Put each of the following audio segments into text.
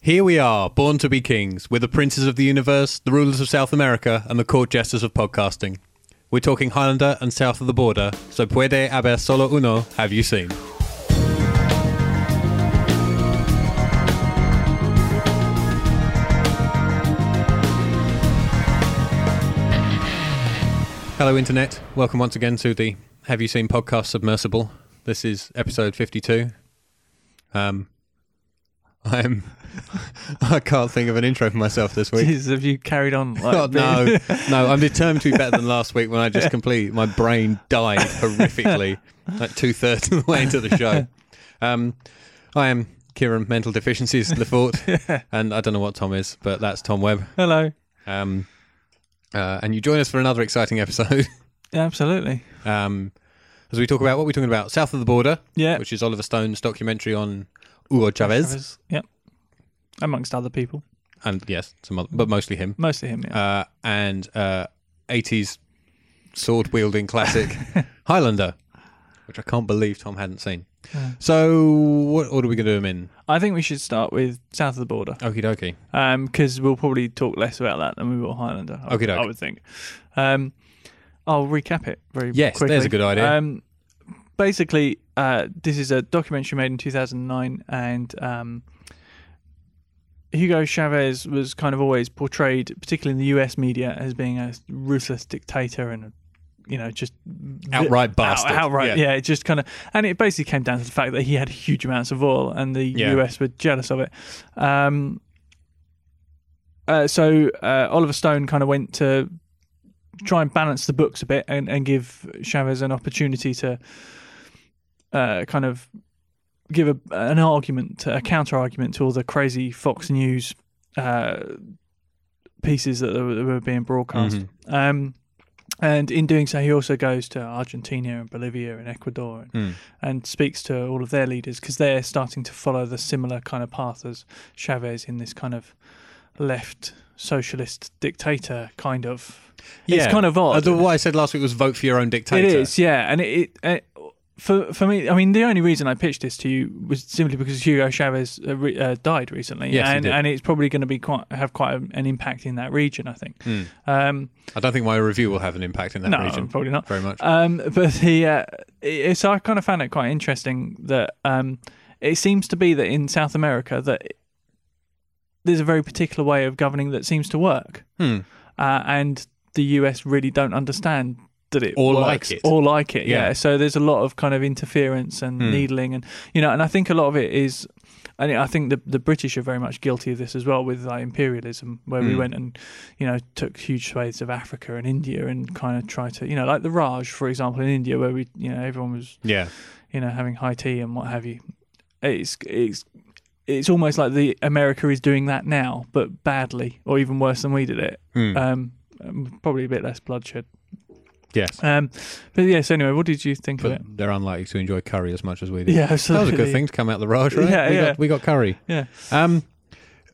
Here we are, born to be kings. We're the princes of the universe, the rulers of South America, and the court jesters of podcasting. We're talking Highlander and south of the border, so puede haber solo uno, have you seen? Hello, Internet. Welcome once again to the Have You Seen Podcast Submersible. This is episode 52. Um, I'm. I can't think of an intro for myself this week. Jeez, have you carried on? Like, Oh, no, being- no, I'm determined to be better than last week when I just completely, my brain died horrifically like two thirds of the way into the show. Um, I am Kieran Mental Deficiencies Lefort, and I don't know what Tom is, but that's Tom Webb. Hello. Um, uh, and you join us for another exciting episode Yeah, absolutely. um, as we talk about what we're talking about, South of the Border, Yeah. which is Oliver Stone's documentary on Hugo Chavez, Yep. Amongst other people, and yes, some other, but mostly him. mostly him. Yeah. uh, and uh, 80s sword wielding classic Highlander, which I can't believe Tom hadn't seen. So, what order are we going to do them in? I think we should start with south of the border, Okie dokie. because Um, we'll probably talk less about that than we will Highlander. I, Okey doke. I would think. Um, I'll recap it very Yes, quickly. there's a good idea. Um, basically, uh, this is a documentary made in 2009, and um, Hugo Chavez was kind of always portrayed, particularly in the U.S. media, as being a ruthless dictator and a you know, just Outright out- bastard. outright, Yeah. yeah. It just kind of, and it basically came down to the fact that he had huge amounts of oil, and the Yeah. US were jealous of it. Um, uh, so uh, Oliver Stone kind of went to try and balance the books a bit and, and give Chavez an opportunity to uh, kind of give a, an argument, a counter argument to all the crazy Fox News uh, pieces that were, that were being broadcast. Um, and in doing so, he also goes to Argentina and Bolivia and Ecuador and, Mm. and speaks to all of their leaders because they're starting to follow the similar kind of path as Chavez in this kind of left socialist dictator kind of. It's kind of odd. Uh, the- what I said last week was vote for your own dictator. It is, yeah, and it, it, it for for me, I mean, the only reason I pitched this to you was simply because Hugo Chavez uh, re, uh, died recently, Yes, he and did. and it's probably going to be quite have quite a, an impact in that region, I think. Um, Hmm. I don't think my review will have an impact in that no, region probably not. very much. Um, but the uh, it, so I kind of found it quite interesting that um, it seems to be that in South America that there's a very particular way of governing that seems to work, Hmm. uh, and the US really don't understand that it Or like works it. or like it. Yeah. Yeah. Hmm. So there's a lot of kind of interference and needling, and you know, and I think a lot of it is. And I think the the British are very much guilty of this as well, with like imperialism, where we Mm. went and you know took huge swathes of Africa and India and kind of tried to you know like the Raj, for example, in India, where we you know everyone was yeah. you know having high tea and what have you. It's it's it's almost like the America is doing that now, but badly, or even worse than we did it. Hmm. Um, um, probably a bit less bloodshed. yes. Um, but yeah, so anyway, what did you think of But it? they're unlikely to enjoy curry as much as we do. Yeah, That was absolutely. a good thing to come out of the Raj, right? Yeah, we, yeah. Got, we got curry. Yeah. Mm-hmm. Um,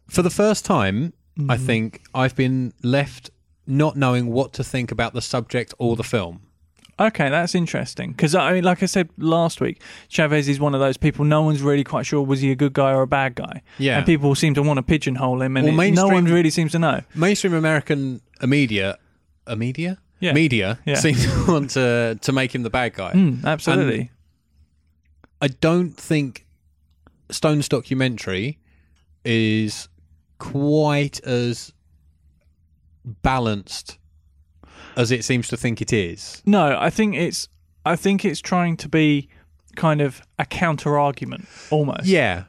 for the first time, I think I've been left not knowing what to think about the subject or the film. Okay, that's interesting. Because, I mean, like I said last week, Chavez is one of those people, no one's really quite sure was he a good guy or a bad guy. Yeah. And people seem to want to pigeonhole him, and Well, it- no mainstream- one really seems to know. Mainstream American media, a media, Yeah. media Yeah. seem to want to to make him the bad guy. Mm, absolutely. I don't think Stone's documentary is quite as balanced as it seems to think it is. no, I think it's. I think it's trying to be kind of a counter argument almost Yeah,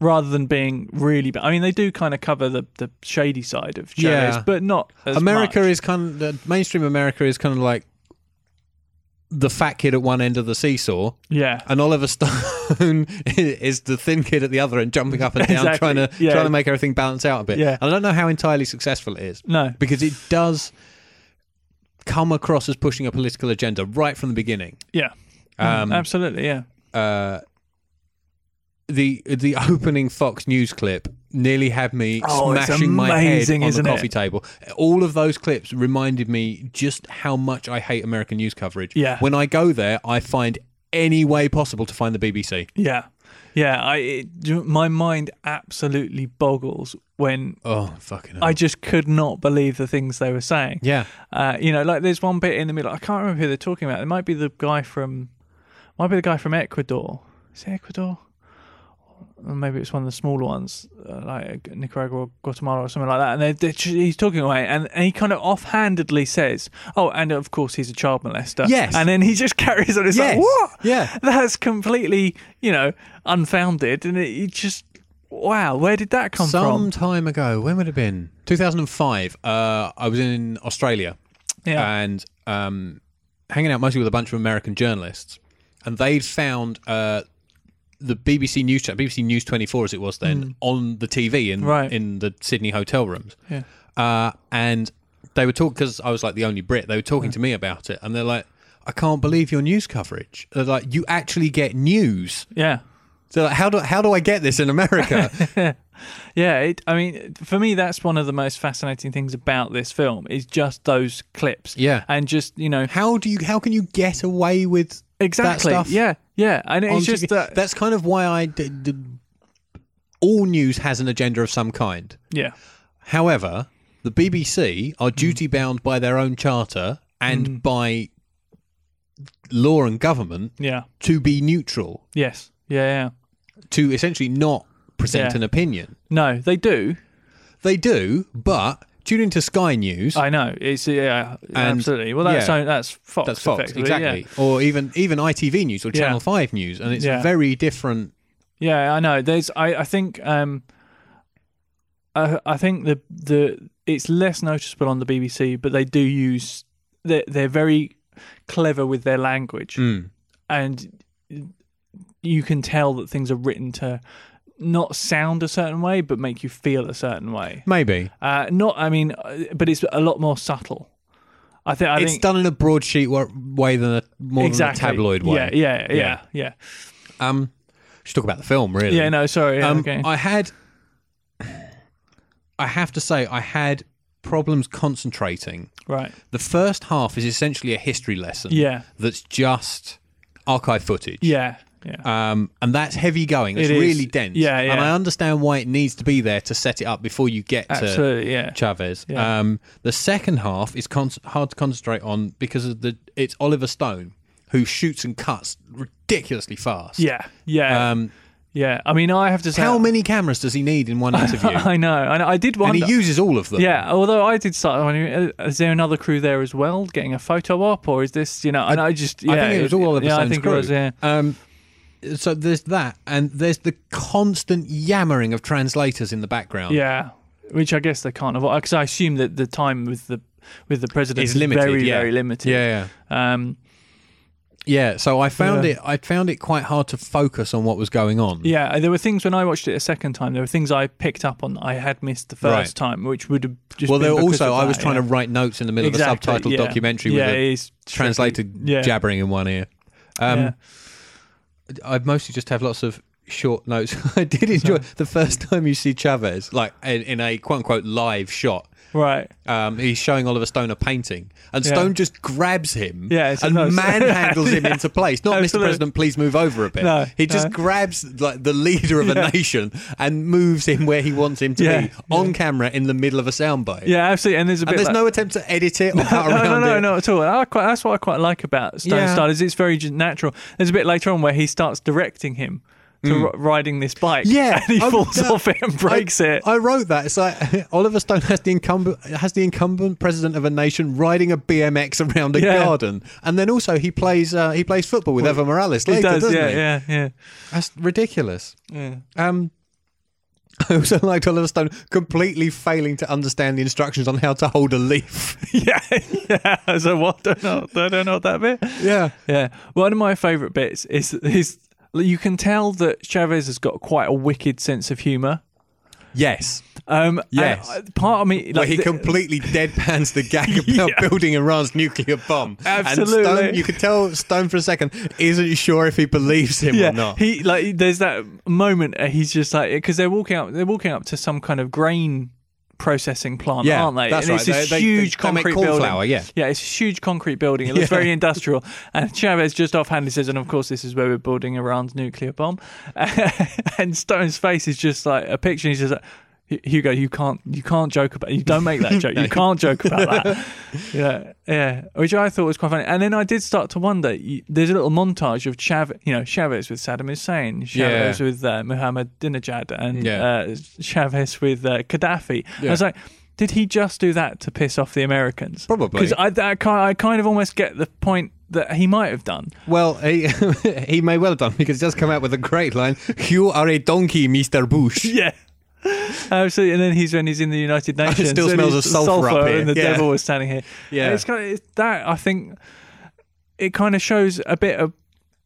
rather than being really bad. I mean, they do kind of cover the, the shady side of Chavez, Yeah. but not as America much. is kind of the mainstream America is kind of like the fat kid at one end of the seesaw Yeah. and Oliver Stone is the thin kid at the other end jumping up and down Exactly. trying to Yeah. trying to make everything balance out a bit. Yeah. And I don't know how entirely successful it is No. because it does come across as pushing a political agenda right from the beginning. Yeah. Um, absolutely. Yeah. uh, the the opening Fox News clip nearly had me Oh, it's smashing my head amazing, on the isn't it? coffee table. All of those clips reminded me just how much I hate American news coverage. Yeah. When I go there, I find any way possible to find the BBC. Yeah. Yeah, I it, do- my mind absolutely boggles when Oh, fucking hell. I just could not believe the things they were saying. yeah. Uh, you know, like there's one bit in the middle. I can't remember who they're talking about. It might be the guy from, might be the guy from Ecuador. Is it Ecuador? Or maybe it's one of the smaller ones, uh, like Nicaragua, or Guatemala, or something like that. And they're, they're, ju- he's talking away, and, and he kind of offhandedly says, "Oh, and of course he's a child molester." Yes. And then he just carries on. It's Yes. like what? Yeah. That's completely, you know, unfounded, and it, you just wow, where did that come Some from? time ago, when would it have been? 2005. Uh, I was in Australia Yeah, and um, hanging out mostly with a bunch of American journalists, and they'd found uh, the BBC News channel, BBC News 24 as it was then, on the TV in Mm. Right. in the Sydney hotel rooms. Yeah. Uh, and they were talking because I was like the only Brit. They were talking to me about it, and they're like, "I can't believe your news coverage. They're like, you actually get news. yeah. So like, how do how do I get this in America? Yeah, it, I mean, for me, that's one of the most fascinating things about this film is just those clips. Yeah. and just you know how do you how can you get away with exactly. That stuff Yeah, yeah, and it's on just TV. that. that's kind of why I d- d- all news has an agenda of some kind. yeah, However, the BBC Mm. are duty bound by their own charter and by law and government yeah, to be neutral, yes, yeah, yeah. to essentially not present Yeah. an opinion. No, they do. They do, but tune into Sky News. I know. It's yeah, absolutely. Well, that's yeah. so that's Fox. that's Fox, effectively, exactly, or even even ITV News or Yeah. Channel Five News, and it's Yeah. very different. Yeah, yeah I know. There's, I, I think, um, I, I think the the it's less noticeable on the BBC, but they do use they're, they're very clever with their language. Mm. and you can tell that things are written to not sound a certain way but make you feel a certain way Maybe uh not i mean uh, but it's a lot more subtle i think i it's think done in a broadsheet wa- way than a more exactly than a tabloid way. yeah yeah yeah yeah Yeah. yeah, Um, should talk about the film really. Yeah, no sorry yeah, Um, okay I had, I have to say, I had problems concentrating. right The first half is essentially a history lesson. Yeah. that's just archive footage. yeah yeah Um, and that's heavy going. It's It is. really dense. Yeah, And yeah. I understand why it needs to be there to set it up before you get to absolutely yeah Chavez. Yeah. Um, the second half is con- hard to concentrate on because of the it's Oliver Stone who shoots and cuts ridiculously fast. yeah Uh, yeah Um, yeah i mean i have to say how many cameras does he need in one interview? i know i know i did and wonder he uses all of them. yeah, although I did start wondering, uh, is there another crew there as well getting a photo op, or is this, you know, and I, just, yeah, I think it was all Oliver yeah, Stone's I think crew. it was, yeah. Um, so there's that, and there's the constant yammering of translators in the background. Yeah, which I guess they can't avoid because I assume that the time with the with the president It's is limited, very yeah. very limited. yeah, yeah. Um, Yeah, So I found Yeah. it. I found it quite hard to focus on what was going on. yeah. There were things when I watched it a second time. There were things I picked up on that I had missed the first Right. time, which would have just Well, been there were because also of I that, was trying yeah. to write notes in the middle exactly, of a subtitled yeah. documentary yeah, with a it is tricky. translated Yeah, jabbering in one ear. Um, yeah. I mostly just have lots of short notes. I did enjoy the first time you see Chavez, like in, in a quote unquote live shot. right. Um, he's showing Oliver Stone a painting, and Yeah. Stone just grabs him Yeah, it's- and no, it's- manhandles him into place. Not, Mr. Absolutely. President, please move over a bit. No, he just no. grabs like the leader of Yeah. a nation and moves him where he wants him to Yeah, be on camera in the middle of a soundbite. Yeah, absolutely. And there's a bit. And there's like- no attempt to edit it or cut no, around no, no, it. not at all. And I quite, that's what I quite like about Stone Yeah. Style is it's very just natural. There's a bit later on where he starts directing him to ri- riding this bike. Hmm. Yeah, and he I- falls that- off it and breaks I, it. I wrote that. It's like Oliver Stone has the incumbent has the incumbent president of a nation riding a BMX around a Yeah. garden, and then also he plays uh, he plays football with Evo Morales later, he does, not yeah, he? yeah, yeah, That's ridiculous. yeah. Um, I also liked Oliver Stone completely failing to understand the instructions on how to hold a leaf. Yeah, yeah. So what? Don't know. Don't know that bit. Yeah, Yeah. One of my favourite bits is is you can tell that Chavez has got quite a wicked sense of humour. yes. Um, and Yes. I- part of me, like, Where he th- completely deadpans the gag about Yeah. building Iran's nuclear bomb. Absolutely. And Stone, you could tell Stone for a second isn't sure if he believes him yeah, or not. he like there's that moment uh, he's just like because they're walking up, they're walking up to some kind of grain processing plant, Yeah, aren't they? that's and it's right. this They- they- huge they make concrete cornflour, building. yeah. yeah, it's a huge concrete building. It looks very industrial. And Chavez just offhandedly says, "And of course, this is where we're building Iran's nuclear bomb." and Stone's face is just like a picture. He's just like, "Hu- "Hugo, you can't, you can't joke about. You don't make that joke. You can't joke about that." yeah, yeah, which I thought was quite funny. And then I did start to wonder. You, there's a little montage of Chavez, you know, Chavez with Saddam Hussein, Chavez Yeah. with uh, Mohammed Dinajad, and Yeah. uh, Chavez with uh, Gaddafi. Yeah. I was like, did he just do that to piss off the Americans? Probably. because I, I, ki- I kind of almost get the point that he might have done. Well, he, he may well have done because he does come out with a great line You are a donkey, Mr. Bush. Yeah. Absolutely, and then he's when he's in the United Nations. still and smells he's- of sulfur up here. and the Yeah. devil was standing here. Yeah. And it's kind of, it's that I think it kind of shows a bit of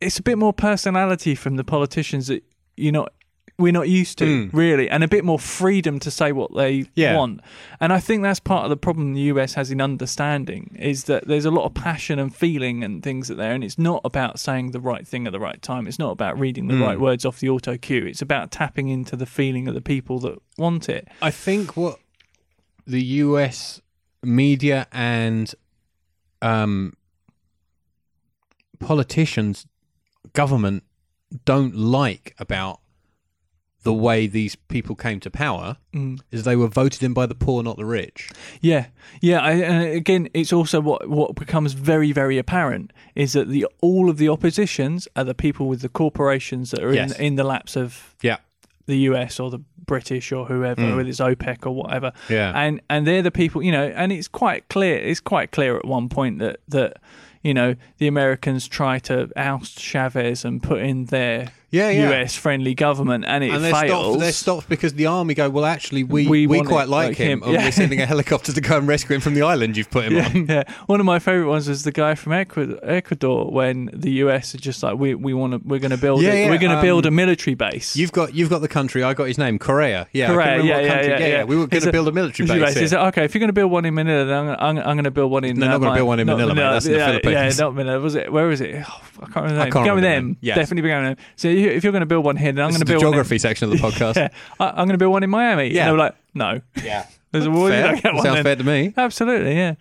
it's a bit more personality from the politicians that you're not we're not used to really, and a bit more freedom to say what they Yeah. want. And I think that's part of the problem the US has in understanding is that there's a lot of passion and feeling and things out there, and it's not about saying the right thing at the right time. It's not about reading the right words off the auto cue. It's about tapping into the feeling of the people that want it. I think what the US media and um, politicians, government don't like about the way these people came to power Mm. is they were voted in by the poor, not the rich. Yeah, yeah. I, and uh, again, it's also what what becomes very, very apparent is that the all of the oppositions are the people with the corporations that are Yes. in in the laps of Yeah. the US or the British or whoever, whether it's OPEC or whatever. Mm. Yeah. And and they're the people, you know, and it's quite clear it's quite clear at one point that that you know, the Americans try to oust Chavez and put in their Yeah, yeah. US friendly government and it And they're fails. stopped, they're stopped because the army go, well, actually, we, We we, want quite it like, like him, him. and Yeah. we're sending a helicopter to go and rescue him from the island you've put him on. yeah, one of my favorite ones was the guy from Ecuador, Ecuador when the US are just like we we want to we're going to build Yeah, it. yeah, we're going to um, build a military base. You've got you've got the country. I got his name, Korea. Yeah, I can't Correct. remember yeah, what yeah, country. yeah, yeah. We were going It's a- to build a military military base. base. It's here. like, okay, if you're going to build one in Manila, then I'm, I'm, I'm going to build one in. No, uh, not gonna my- build one in not Manila, mate. That's in the yeah, Philippines. Yeah, not Manila. Was it? Where is it? Oh, I can't remember. The can't name. Go with remember the them. name. Yes. Definitely be going with them. So you- if you're going to build one here, then I'm This is going to the build geography One section of the in, podcast. yeah, I, I'm going to build one in Miami. Yeah. And they were like, no, yeah. there's a war. You Fair. don't get one. Sounds then. fair to me. Absolutely. Yeah.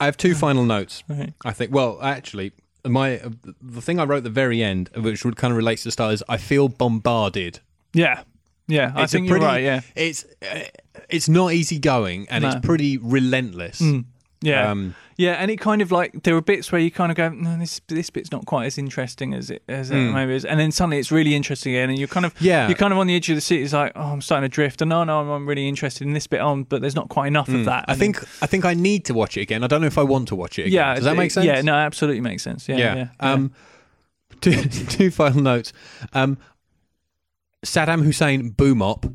I have two final notes. Okay. I think. Well, actually, my uh, the thing I wrote at the very end, uh, which would kind of relates to Star, is I feel bombarded. Yeah. Yeah. I It's a think pretty, you're right. Yeah. It's uh, it's not easy going, and No. Mm, it's pretty relentless. Yeah, Um, yeah, and it kind of like there are bits where you kind of go, no, this this bit's not quite as interesting as it as it maybe is, and then suddenly it's really interesting again, and you're kind of Hmm. Yeah. you're kind of on the edge of the seat. It's like, oh, I'm starting to drift, and no, no, I'm, I'm really interested in this bit on, but there's not quite enough of that. Hmm. I And then- think I think I need to watch it again. I don't know if I want to watch it again. yeah, Does that it- make sense? Yeah, no, absolutely makes sense. Yeah, yeah, yeah. Um, two, two final notes. Um, Saddam Hussein boom op.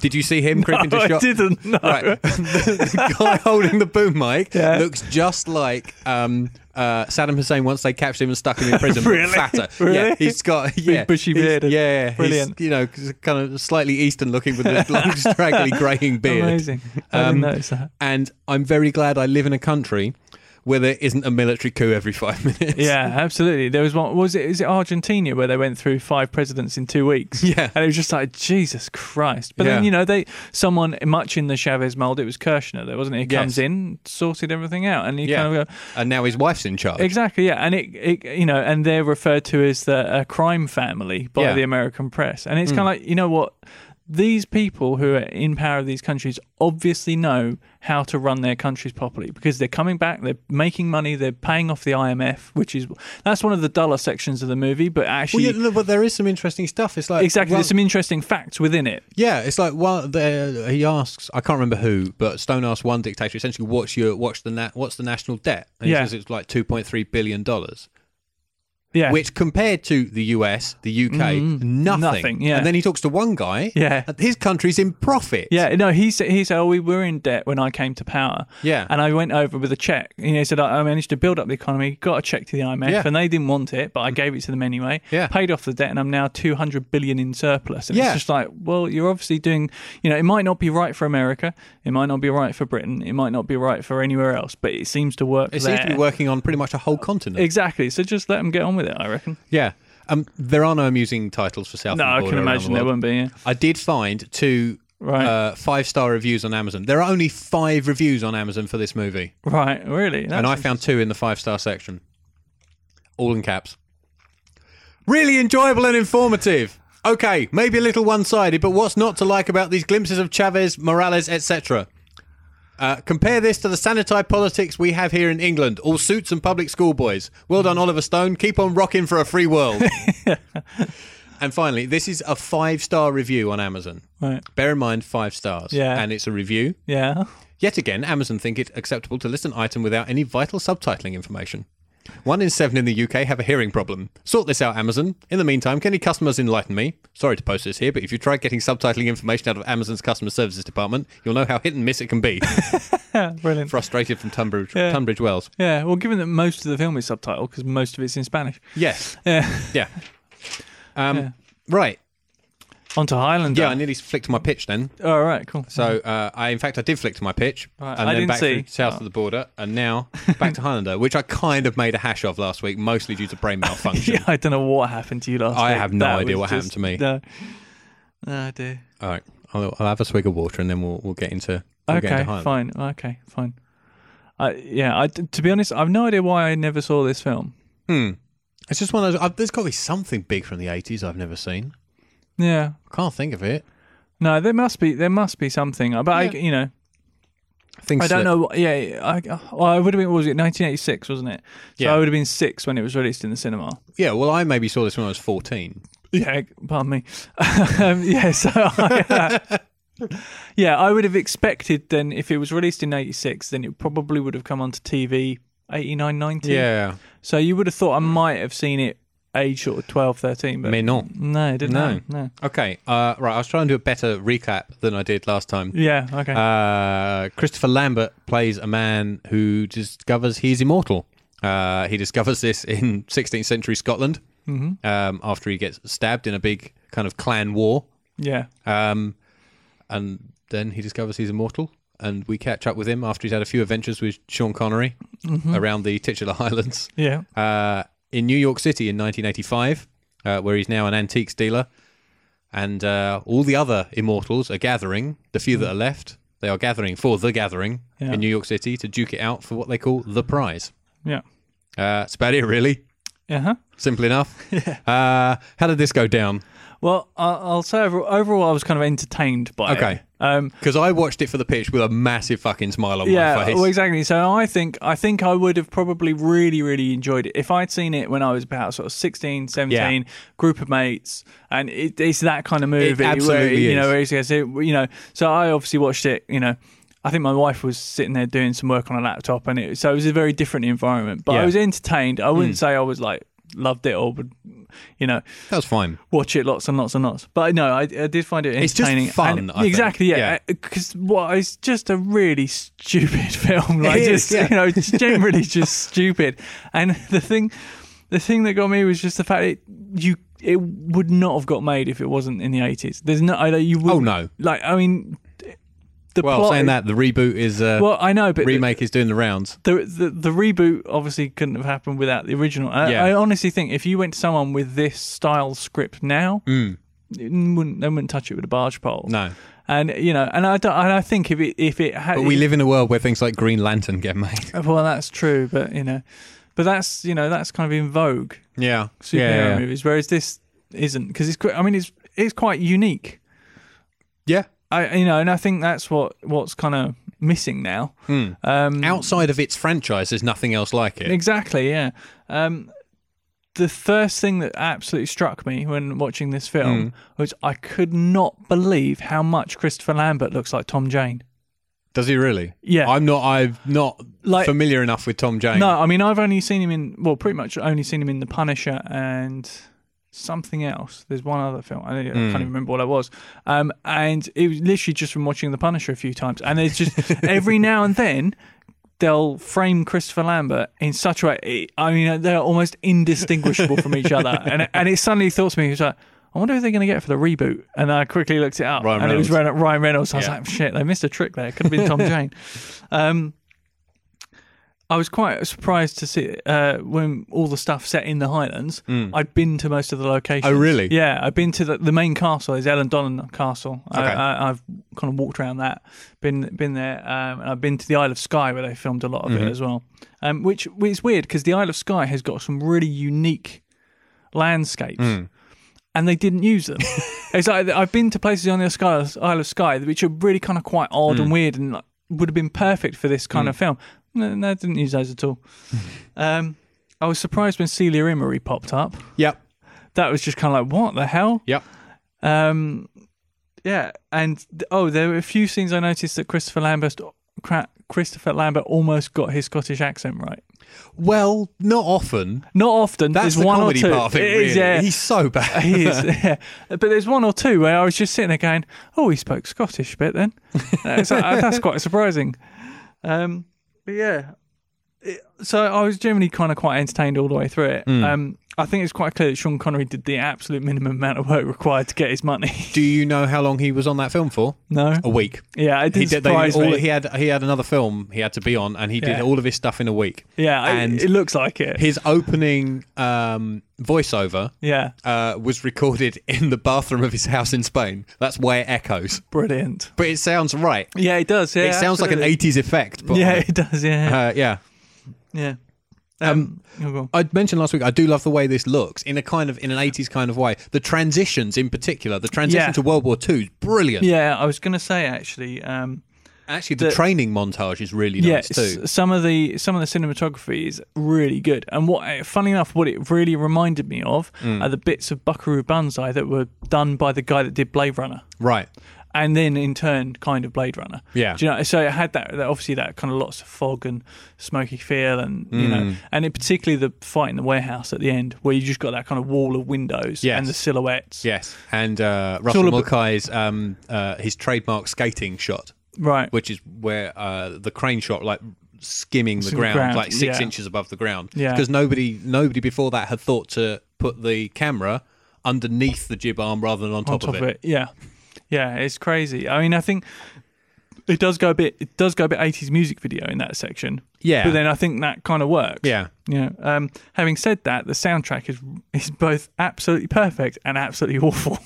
Did you see him creeping Oh, to I shot? didn't know. Right, the, the guy holding the boom mic Yeah. looks just like um, uh, Saddam Hussein once they captured him and stuck him in prison. but Really? fatter. Really? Yeah, he's got yeah, bushy he's- beard and- Yeah, yeah, Brilliant. He's, you know, kind of slightly Eastern looking with a long, straggly, graying beard. Amazing. I didn't Um, notice that. And I'm very glad I live in a country where there isn't a military coup every five minutes. Yeah, absolutely. There was one. Was it? Is it Argentina where they went through five presidents in two weeks? Yeah. and it was just like Jesus Christ. But Yeah. then you know they someone much in the Chavez mold. It was Kirchner there, wasn't it? He Yes. comes in, sorted everything out, and he Yeah. kind of go And now his wife's in charge. exactly yeah. And it, it you know, and they're referred to as the a crime family by Yeah. Hmm. the American press, and it's kind of like you know what. These people who are in power of these countries obviously know how to run their countries properly because they're coming back, they're making money, they're paying off the IMF, which is that's one of the duller sections of the movie, but Well, actually, yeah, no, but there is some interesting stuff. It's like exactly, one- there's some interesting facts within it. yeah, it's like one. The, he asks, I can't remember who, but Stone asked one dictator essentially, "What's your what's the na- what's the national debt?" And he Yeah. says it's like two point three billion dollars, Yeah, Mm-hmm. which compared to the US, the UK, nothing. nothing, yeah. And then he talks to one guy. Yeah. and his country's in profit. Yeah, no, he said, he said, oh, we were in debt when I came to power. Yeah. And I went over with a check. You know, he said, I I managed to build up the economy, got a check to the IMF, Yeah. Mm. and they didn't want it, but I gave it to them anyway. Yeah. Paid off the debt, and I'm now 200 billion in surplus. And Yeah. it's just like, well, you're obviously doing, you know, it might not be right for America, it might not be right for Britain, it might not be right for anywhere else, but it seems to work it there. seems to be working on pretty much a whole continent. Exactly. So just let them get on with it, I reckon. yeah. Um, there are no amusing titles for South. No, and Border I around can the imagine there world. wouldn't be. Yeah. I did find two Right. uh, five star reviews on Amazon. There are only five reviews on Amazon for this movie, right. Really. and That's- I found two in the five star section, all in caps. Really enjoyable and informative. Okay, maybe a little one sided, but what's not to like about these glimpses of Chavez, Morales, etc.? Uh, compare this to the sanitized politics we have here in England, all suits and public schoolboys. Well done, Oliver Stone. Keep on rocking for a free world. and finally, this is a five star review on Amazon. Right. Bear in mind, five stars. Yeah. And it's a review. Yeah. Yet again, Amazon think it acceptable to list an item without any vital subtitling information. One in seven in the UK have a hearing problem. Sort this out, Amazon. In the meantime, can any customers enlighten me? Sorry to post this here, but if you try getting subtitling information out of Amazon's customer services department, you'll know how hit and miss it can be. Yeah. Brilliant. Frustrated from Tunbridge, Yeah. Tunbridge Wells. Yeah. Well, given that most of the film is subtitled because most of it's in Spanish. Yes. Yeah. Yeah. Um, Yeah. Right. Onto Highlander. Yeah, I nearly flicked my pitch then. All right. Cool. So uh, I, in fact, I did flick to my pitch, Right, and I then didn't back see. Oh. through south of the border, and now back to Highlander, which I kind of made a hash of last week, mostly due to brain malfunction. yeah. I don't know what happened to you last. I week. have no That idea was what happened to me. No. No, dear. All right, I'll, I'll have a swig of water, and then we'll we'll get into we'll get okay, into Highlander. fine. Okay, fine. I yeah. I to be honest, I've no idea why I never saw this film. It's just one of those. i there's got to be something big from the '80s I've never seen. Yeah. I can't think of it. No, there must be there must be something. But I, you know, Things I don't slip. know. Yeah, I, well, I would have been. What was it 1986? Wasn't it? So Yeah. I would have been six when it was released in the cinema. Yeah, well, I maybe saw this when I was 14. Yeah, pardon me. um, yeah, so I, uh, yeah, I would have expected then if it was released in '86, then it probably would have come onto TV 89, 90. Yeah, So you would have thought I might have seen it age sort of 12, 13, but mais non. no, it didn't. No. happen, no. Okay, uh, right. I was trying to do a better recap than I did last time. Yeah. Okay. Uh, Christopher Lambert plays a man who discovers he's immortal. Uh, he discovers this in 16th century Scotland um, after he gets stabbed in a big kind of clan war. yeah. Um, and then he discovers he's immortal. And we catch up with him after he's had a few adventures with Sean Connery around the titular Highlands. Yeah. Uh, in New York City in 1985, uh, where he's now an antiques dealer. And uh, all the other immortals are gathering, the few that are left, they are gathering for the gathering Hmm. Yeah. in New York City to duke it out for what they call the prize. Yeah. Uh-huh. Uh, that's about it, really. Yeah. huh Simple enough. uh, how did this go down? Well, I'll, I'll say overall, overall, I was kind of entertained by it. Okay. Um, Because I watched it for the pitch with a massive fucking smile on yeah, my face. well, exactly. So I think I think I would have probably really, really enjoyed it if I'd seen it when I was about sort of 16, 17, group of mates, and it, it's that kind of movie. where, absolutely you is. know, where it's, it's- it, you know. So I obviously watched it. You know, I think my wife was sitting there doing some work on a laptop, and it, so it was a very different environment. But Yeah. Mm. I was entertained. I wouldn't say I was like loved it or would, you know, that was fine. watch it lots and lots and lots. But no, I, I did find it entertaining. It's just fun, and- I think. exactly, Yeah. yeah. Because what it's just a really stupid film. Like is, just yeah. you know, it's generally just stupid. And the thing, the thing that got me was just the fact it you it would not have got made if it wasn't in the eighties. There's no, I, you would, Oh, no. like I mean, the Well, plot. saying that, the reboot is. Uh, well, I know, but the- remake is doing the rounds. the, the the reboot obviously couldn't have happened without the original. I, Yeah. I honestly think if you went to someone with this style script now, it wouldn't they wouldn't touch it with a barge pole. Hmm. No. and you know, and I don't, and I think if it if it had, But we live in a world where things like Green Lantern get made. well, that's true, but you know, but that's you know that's kind of in vogue Yeah. superhero movies, whereas this isn't because it's qu- I mean it's it's quite unique. Yeah. I you know, and I think that's what what's kind of missing now. Um, Outside of its franchise, there's nothing else like it. Exactly, yeah. Um, the first thing that absolutely struck me when watching this film was I could not believe how much Christopher Lambert looks like Tom Jane. Does he really? Yeah. I'm not. I'm not Like- familiar enough with Tom Jane. No, I mean I've only seen him in well, pretty much only seen him in The Punisher and something else. There's one other film I, don't- I Hmm. can't even remember what it was. Um, and it was literally just from watching The Punisher a few times. And it's just every now and then they'll frame Christopher Lambert in such a way. it- I mean, they're almost indistinguishable from each other. And and it suddenly thought to me, it was like. I wonder who they're going to get for the reboot. And I quickly looked it up, Ryan and it was Reynolds. Ren- Ryan Reynolds. I was Yeah. like, "Shit, they missed a trick there. It could have been Tom Jane." Um, I was quite surprised to see uh, when all the stuff set in the Highlands. I'd been to most of the locations. Mm. Oh, really? Yeah, I've been to the, the main castle is Ellendonnan Castle. Okay. I, I, I've kind of walked around that, been been there, um, and I've been to the Isle of Skye where they filmed a lot of it as well. Um, which is weird because the Isle of Skye has got some really unique landscapes, and they didn't use them. it's like I've been to places on the Sky- Isle of Skye which are really kind of quite odd and weird, and like, would have been perfect for this kind of film. No, no, they didn't use those at all. um, I was surprised when Celia Imrie popped up. Yep. That was just kind of like, what the hell? Yep. Um, yeah, and th- oh, there were a few scenes I noticed that Christopher Lambert, cra- Christopher Lambert almost got his Scottish accent right. Well, not often. Not often. That's there's the one comedy or two. part of it, It really. is, yeah. He's so bad. he is, yeah. But there's one or two where I was just sitting there going, "Oh, he spoke Scottish a bit then." Uh, so, uh, that's quite surprising. Um, but yeah, It- so I was generally kind of quite entertained all the way through it. Hmm. Um, I think it's quite clear that Sean Connery did the absolute minimum amount of work required to get his money. Do you know how long he was on that film for? no, A week. yeah, it Oh, He didn't did. They, surprise all, me. he had he had another film he had to be on, and he did Yeah. all of his stuff in a week. yeah, I- and- it looks like it. His opening um, voiceover yeah, uh, was recorded in the bathroom of his house in Spain. That's why it echoes, brilliant. but it sounds right. Yeah, it does. Yeah, it sounds like an absolutely. '80s effect. But Yeah, it does. Yeah, uh, yeah. yeah. Oh, go on. I mentioned last week. I do love the way this looks in a kind of in an '80s kind of way. The transitions, in particular, the transition Yeah. to World War II, is brilliant. Yeah, I was going to say actually. Um, Actually, the, training montage is really nice Yes, too. some of the some of the cinematography is really good, and what funny enough, what it really reminded me of Mm. are the bits of Buckaroo Banzai that were done by the guy that did Blade Runner, Right. and then in turn, kind of Blade Runner. Yeah. Do you know? So it had that, that obviously that kind of lots of fog and smoky feel, and you know, Mm. and it particularly the fight in the warehouse at the end where you just got that kind of wall of windows Yes. and the silhouettes. Yes, and uh, Russell all a bit- Mulcahy's um, uh, his trademark skating shot, Right. which is where uh, the crane shot like skimming the the ground, ground, like six yeah. inches above the ground. Yeah. because nobody nobody before that had thought to put the camera underneath the jib arm rather than on top, on top of it. Yeah, yeah, it's crazy. I mean, I think it does go a bit. It does go a bit eighties music video in that section. Yeah. but then I think that kind of works. Yeah. You know, um, having said that, the soundtrack is is both absolutely perfect and absolutely awful.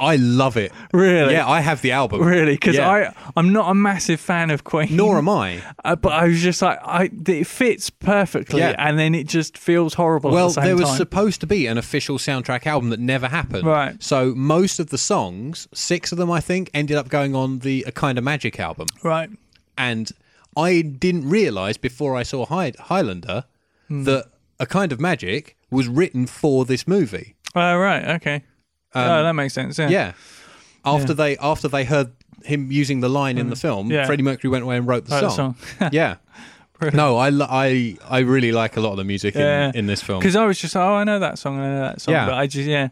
I love it. really, Yeah, I have the album. really, because Yeah. I I'm not a massive fan of Queen, Nor am I. uh, but I was just like, I it fits perfectly, Yeah. and then it just feels horrible. Well, at the same there was time. supposed to be an official soundtrack album that never happened. Right. So most of the songs, six of them, I think, ended up going on the A Kind of Magic album. right. and I didn't realise before I saw High- Highlander Hmm. that a kind of magic was written for this movie. Oh, right. Okay. oh, that makes sense. Yeah. Um, Yeah, after they after they heard him using the line in the film, Mm. Yeah. Freddie Mercury went away and wrote the Wrote the song. yeah, no, I, li- I I really like a lot of the music Yeah. in, in this film. Because I was just, oh, I know that song, I know that song, Yeah. but I just, yeah,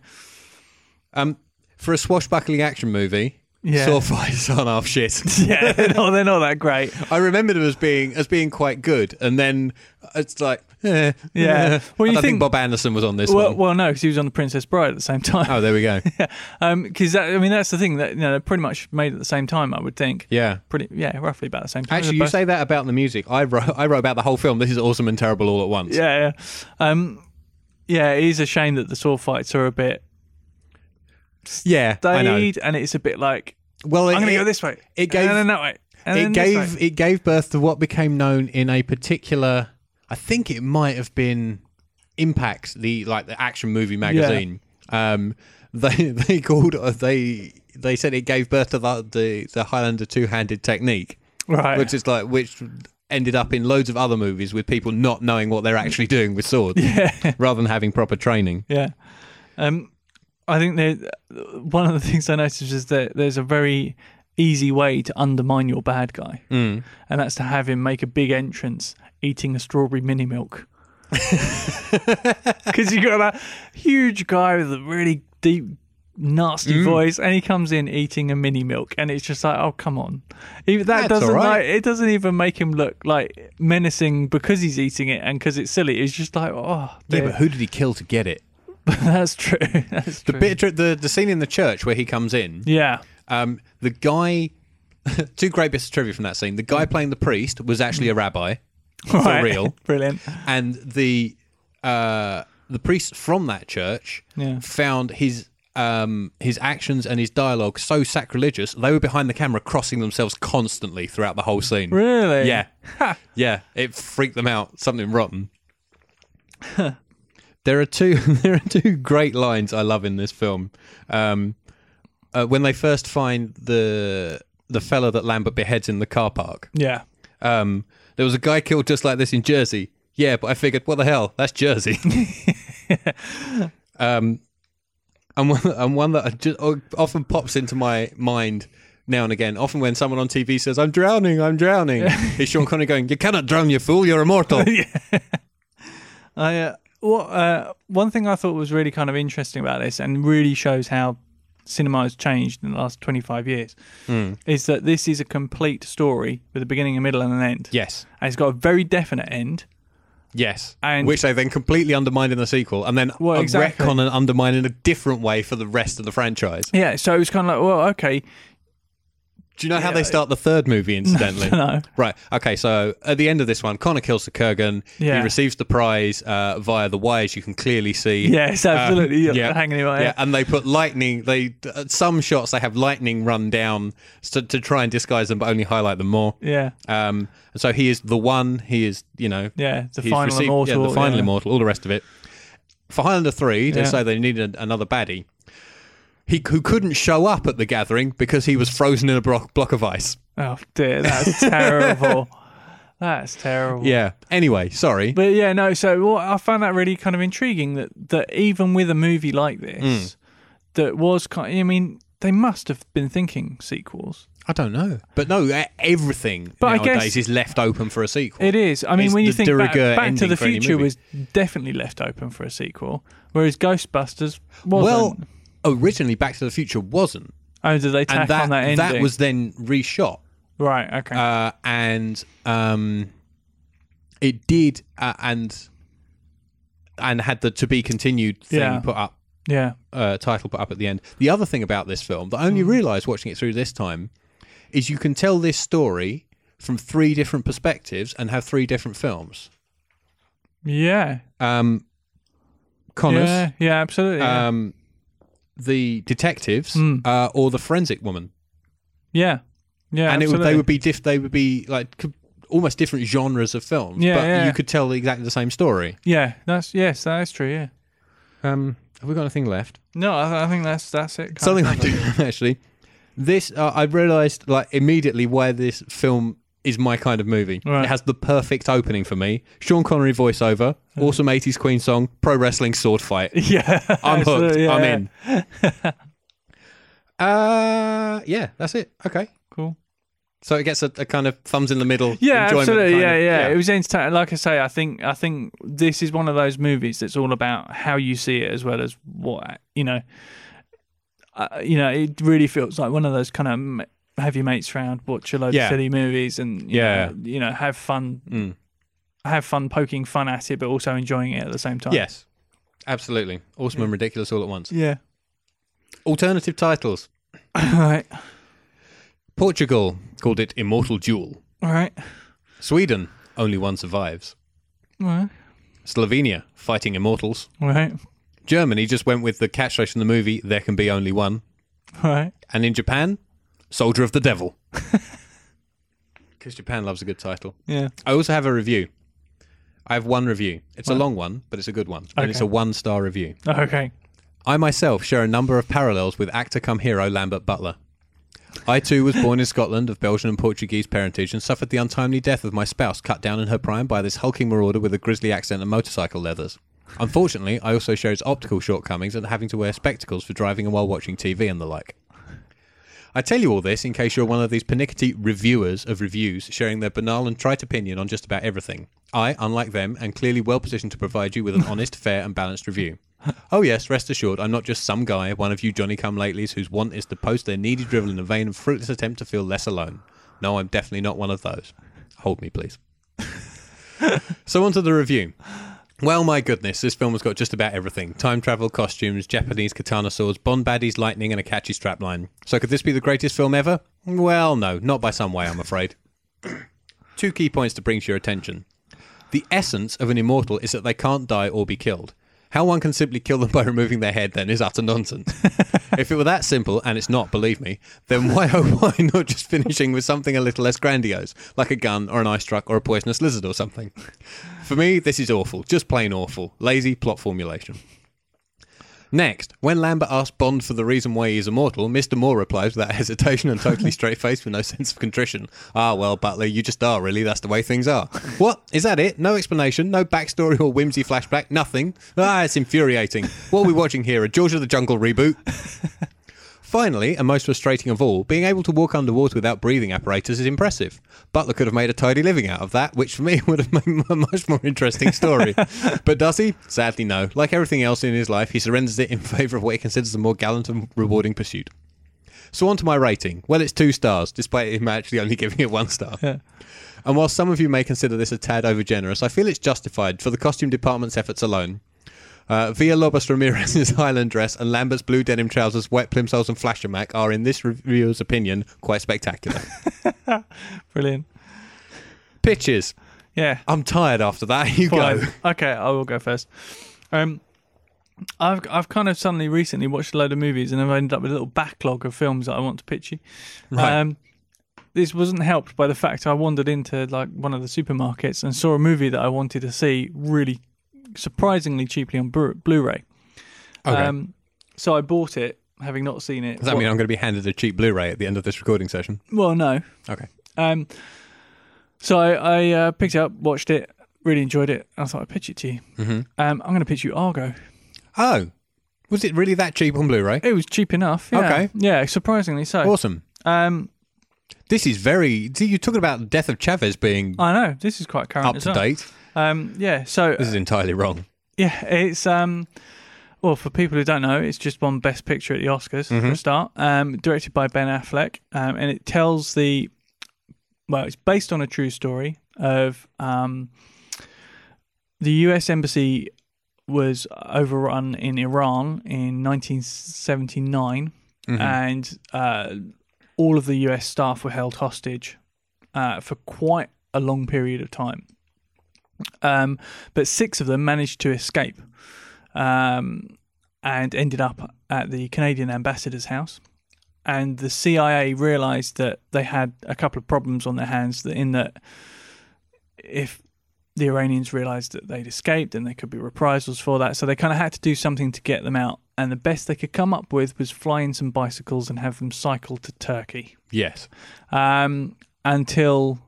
Um, for a swashbuckling action movie, Yeah. Saw Fights aren't half shit. yeah, they're not, they're not that great. I remember them as being as being quite good, and then it's like, eh, Yeah. eh. Well, I you don't think, think- Bob Anderson was on this Well, one. well, no, because he was on the Princess Bride at the same time. Oh, there we go. Because that I mean, that's the thing that you know, they're pretty much made at the same time. I would think. Yeah. Pretty, yeah, roughly about the same time. Actually, They're you both- say that about the music. I wrote, I wrote about the whole film. This is awesome and terrible all at once. Yeah, yeah. Um, yeah, it is a shame that the sword fights are a bit yeah I know. delayed, and it's a bit like Well, it, I'm going to it- go this way, it gave- and then that way. And It then this gave way. it gave birth to what became known in a particular. I think it might have been Impact, the like the action movie magazine. Um, they they called uh, they they said it gave birth to the the, the Highlander two handed technique, right. which is like which ended up in loads of other movies with people not knowing what they're actually doing with swords, rather than having proper training. Yeah. Um, I think that uh, one of the things I noticed is that there's a very easy way to undermine your bad guy, mm. and that's to have him make a big entrance eating a strawberry mini milk. Because you got that huge guy with a really deep, nasty Mm. voice, and he comes in eating a mini milk, and it's just like, oh come on, even that That's all doesn't right. like it doesn't even make him look like menacing because he's eating it and because it's silly. It's just like, oh, Yeah, dear. but who did he kill to get it? That's true. That's The true. bit the the scene in the church where he comes in. yeah. Um, the guy. two great bits of trivia from that scene. The guy playing the priest was actually a rabbi. Right. for real. Brilliant. And the uh, the priest from that church Yeah. found his um, his actions and his dialogue so sacrilegious they were behind the camera crossing themselves constantly throughout the whole scene. Really? Yeah. yeah. It freaked them out. Something rotten. there are two there are two great lines I love in this film. Um, uh, when they first find the the fella that Lambert beheads in the car park. Yeah. Um, there was a guy killed just like this in Jersey. Yeah, but I figured, what the hell? That's Jersey. um, and one, and one that I just, often pops into my mind now and again. Often when someone on TV says, "I'm drowning, I'm drowning," it's Sean Connery going, "You cannot drown, you fool. You're immortal." I uh, what uh, one thing I thought was really kind of interesting about this, and really shows how cinema has changed in the last twenty five years, is that this is a complete story with a beginning, a middle, and an end. yes, and it's got a very definite end. yes. And- Which they then completely undermined in the sequel, and then Well, a exactly. retcon and undermine in a different way for the rest of the franchise. Yeah, so it was kind of like, well, okay, Do you know how they start the third movie, incidentally? no. Right. Okay. So at the end of this one, Connor kills the Kurgan. Yeah. He receives the prize uh, via the wires. You can clearly see. yeah, it's absolutely Uh, yeah. hanging away. Yeah, and they put lightning. They uh, some shots they have lightning run down to, to try and disguise them, but only highlight them more. yeah, Um, and so he is the one. He is you know yeah, the he's final received- immortal, yeah, the final yeah. immortal, all the rest of it. For Highlander three, they Yeah. say they needed another baddie. He who couldn't show up at the gathering because he was frozen in a block, block of ice. Oh dear, that's terrible. That's terrible. Yeah. Anyway, sorry. But yeah, no. So what I found that really kind of intriguing that that even with a movie like this, Hmm. that was kind. I mean, they must have been thinking sequels. I don't know. But no, e- everything But I nowadays guess- is left open for a sequel. It is. I mean, It's when you the think de back, rigueur Back to ending the for any Future movie. was definitely left open for a sequel, whereas Ghostbusters wasn't. well, originally Back to the Future wasn't. oh, did they And tack that, on that ending? that was then reshot. right. Okay. Uh, and um, it did uh, and and had the to be continued thing Yeah. put up yeah. uh, title put up at the end. The other thing about this film that I only realised watching it through this time is you can tell this story from three different perspectives and have three different films. Yeah. Um, Connors, Yeah. Yeah. Absolutely. Yeah. um, the detectives, uh, or the forensic woman, yeah. Yeah, and it would, absolutely. they would be diff- they would be like co- almost different genres of films, Yeah, but yeah. you could tell exactly the same story. yeah, that's yes, that is true. Yeah, Um, have we got anything left? no, I, I think that's that's it. kind of. Something I do actually. This uh, I realised like immediately why this film is my kind of movie. Right. It has the perfect opening for me. Sean Connery voiceover, awesome '80s Queen song, pro wrestling sword fight. Yeah, I'm hooked. absolutely, yeah, I'm yeah. in. uh, yeah, that's it. Okay. Cool. So it gets a, a kind of thumbs in the middle. Yeah, enjoyment absolutely. kind Yeah, of- yeah, It was entertaining. Like I say, I think I think this is one of those movies that's all about how you see it as well as what you know. Uh, you know, it really feels like one of those kind of m- have your mates round, watch a load Yeah. of silly movies, and you Yeah. know, you know, have fun, Mm. have fun poking fun at it, but also enjoying it at the same time. Yes, absolutely. Awesome and ridiculous all at once. yeah. Alternative titles. All right, Portugal called it Immortal Duel. all right, Sweden, Only One Survives. all right, Slovenia, Fighting Immortals. all right, Germany just went with the catchphrase from the movie, There Can Be Only One. all right. And in Japan, Soldier of the Devil. Because Japan loves a good title. Yeah. I also have a review. I have one review. It's a long one, but it's a good one. And it's Okay. a one star review. Okay. I myself share a number of parallels with actor come hero Lambert Butler. I too was born in Scotland of Belgian and Portuguese parentage and suffered the untimely death of my spouse, cut down in her prime by this hulking marauder with a grisly accent and motorcycle leathers. Unfortunately, I also share his optical shortcomings and having to wear spectacles for driving and while watching TV and the like. I tell you all this in case you're one of these pernickety reviewers of reviews sharing their banal and trite opinion on just about everything. I, unlike them, am clearly well positioned to provide you with an honest, fair, and balanced review. Oh, yes, rest assured, I'm not just some guy, one of you Johnny come latelys whose want is to post their needy drivel in a vain and fruitless attempt to feel less alone. No, I'm definitely not one of those. Hold me, please. so, on to the review. Well, my goodness, this film has got just about everything time travel, costumes, Japanese katana swords, Bond baddies, lightning, and a catchy strapline. So, could this be the greatest film ever? Well, no, not by some way, I'm afraid. Two key points to bring to your attention. The essence of an immortal is that they can't die or be killed. How one can simply kill them by removing their head then is utter nonsense. if it were that simple, and it's not, believe me, then why oh why not just finishing with something a little less grandiose, like a gun or an ice truck or a poisonous lizard or something? For me, this is awful, just plain awful, lazy plot formulation. Next, when Lambert asks Bond for the reason why he is immortal, Mr. Moore replies without hesitation and totally straight faced with no sense of contrition. Ah, well, Butler, you just are, really. That's the way things are. What? Is that it? No explanation, no backstory or whimsy flashback, nothing? Ah, it's infuriating. What are we watching here? A George of the Jungle reboot? Finally, and most frustrating of all, being able to walk underwater without breathing apparatus is impressive. Butler could have made a tidy living out of that, which for me would have made a much more interesting story. but does he? Sadly, no. Like everything else in his life, he surrenders it in favour of what he considers a more gallant and rewarding pursuit. So on to my rating. Well, it's two stars, despite him actually only giving it one star. And while some of you may consider this a tad overgenerous, I feel it's justified for the costume department's efforts alone. Uh, Villalobos Ramirez's Highland dress and Lambert's blue denim trousers, wet plimsolls, and flashermack are, in this reviewer's opinion, quite spectacular. Brilliant. Pitches. Yeah. I'm tired after that. You go. Fine. Okay, I will go first. Um, I've I've kind of suddenly recently watched a load of movies and I've ended up with a little backlog of films that I want to pitch you. Right. Um, this wasn't helped by the fact I wandered into like one of the supermarkets and saw a movie that I wanted to see really surprisingly cheaply on Blu- Blu-ray. Okay. Um, so I bought it, having not seen it. Does that mean I'm going to be handed a cheap Blu-ray at the end of this recording session? well, no, Okay. Um, so I, I uh, picked it up, watched it, really enjoyed it. I thought I'd pitch it to you. Mm-hmm. Um, I'm going to pitch you Argo. Oh, was it really that cheap on Blu-ray? It was cheap enough. Yeah. Okay. Yeah, surprisingly so. Awesome. Um, This is very. See, you're talking about the death of Chavez being I know this is quite current. up as to well. date. Um, yeah. So This is entirely wrong. yeah, it's um, well, for people who don't know, it's just won Best Picture at the Oscars for a start. Um, directed by Ben Affleck, um, and it tells the well, it's based on a true story of um, the U.S. embassy was overrun in Iran in 1979, and uh, all of the U.S. staff were held hostage uh, for quite a long period of time. Um, but six of them managed to escape um, and ended up at the Canadian ambassador's house. And the CIA realized that they had a couple of problems on their hands. That in that, if the Iranians realized that they'd escaped, then there could be reprisals for that. So they kind of had to do something to get them out. And the best they could come up with was fly in some bicycles and have them cycle to Turkey Yes. um, until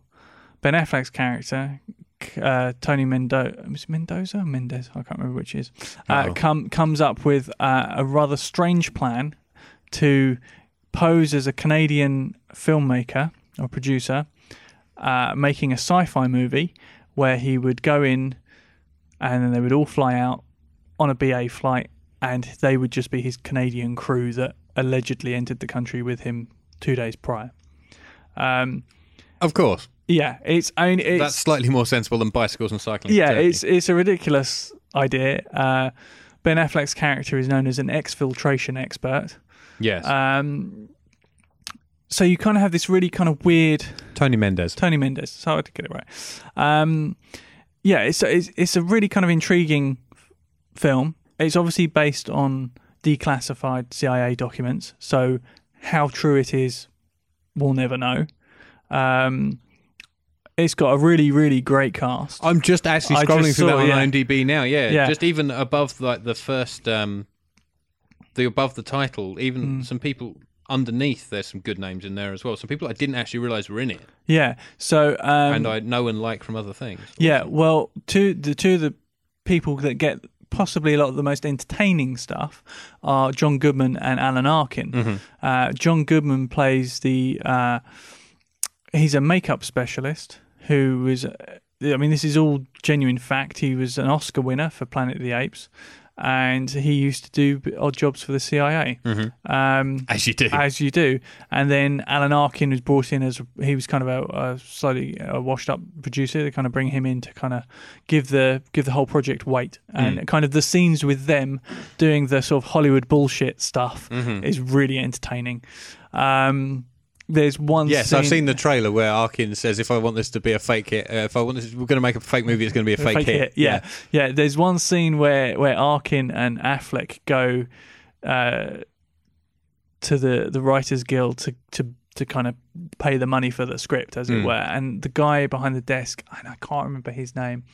Ben Affleck's character, c- uh, Tony Mendoza, was it Mendoza or Mendez, I can't remember which is, uh, Uh-oh. come, comes up with uh, a rather strange plan to pose as a Canadian filmmaker or producer uh, making a sci fi movie where he would go in and then they would all fly out on a BA flight and they would just be his Canadian crew that allegedly entered the country with him two days prior. Um, Of course. yeah, it's I mean, it's That's slightly more sensible than bicycles and cycling. yeah, Turkey. it's it's a ridiculous idea. Uh, ben Affleck's character is known as an exfiltration expert. yes. Um, so you kind of have this really kind of weird Tony Mendez. Tony Mendes. So I had to get it right. Um, yeah, it's, it's it's a really kind of intriguing f- film. It's obviously based on declassified CIA documents, so how true it is, we'll never know. Um, it's got a really really great cast. I'm just actually I scrolling just through saw, that yeah. on IMDb now. Yeah, Yeah. just even above like the first, um, the above the title, even Mm. some people underneath. There's some good names in there as well. Some people I didn't actually realize were in it, Yeah, so um, and I know and like from other things. Yeah, well, two the two of the people that get possibly a lot of the most entertaining stuff are John Goodman and Alan Arkin. Uh, John Goodman plays the uh, he's a makeup specialist who was I mean this is all genuine fact. He was an Oscar winner for Planet of the Apes, and he used to do odd jobs for the CIA. Um, As you do. as you do. And then Alan Arkin was brought in as he was kind of a, a slightly uh washed up producer. They kind of bring him in to kind of give the give the whole project weight Hmm. and kind of the scenes with them Mm-hmm. doing the sort of Hollywood bullshit stuff is really entertaining. Um, there's one. Yes, scene, I've seen the trailer where Arkin says, "If I want this to be a fake hit, uh, if I want this, we're going to make a fake movie. It's going to be a, fake, hit." Yeah. yeah, There's one scene where where Arkin and Affleck go uh, to the the Writers Guild to to to kind of pay the money for the script, as it Mm. were. And the guy behind the desk, and I can't remember his name.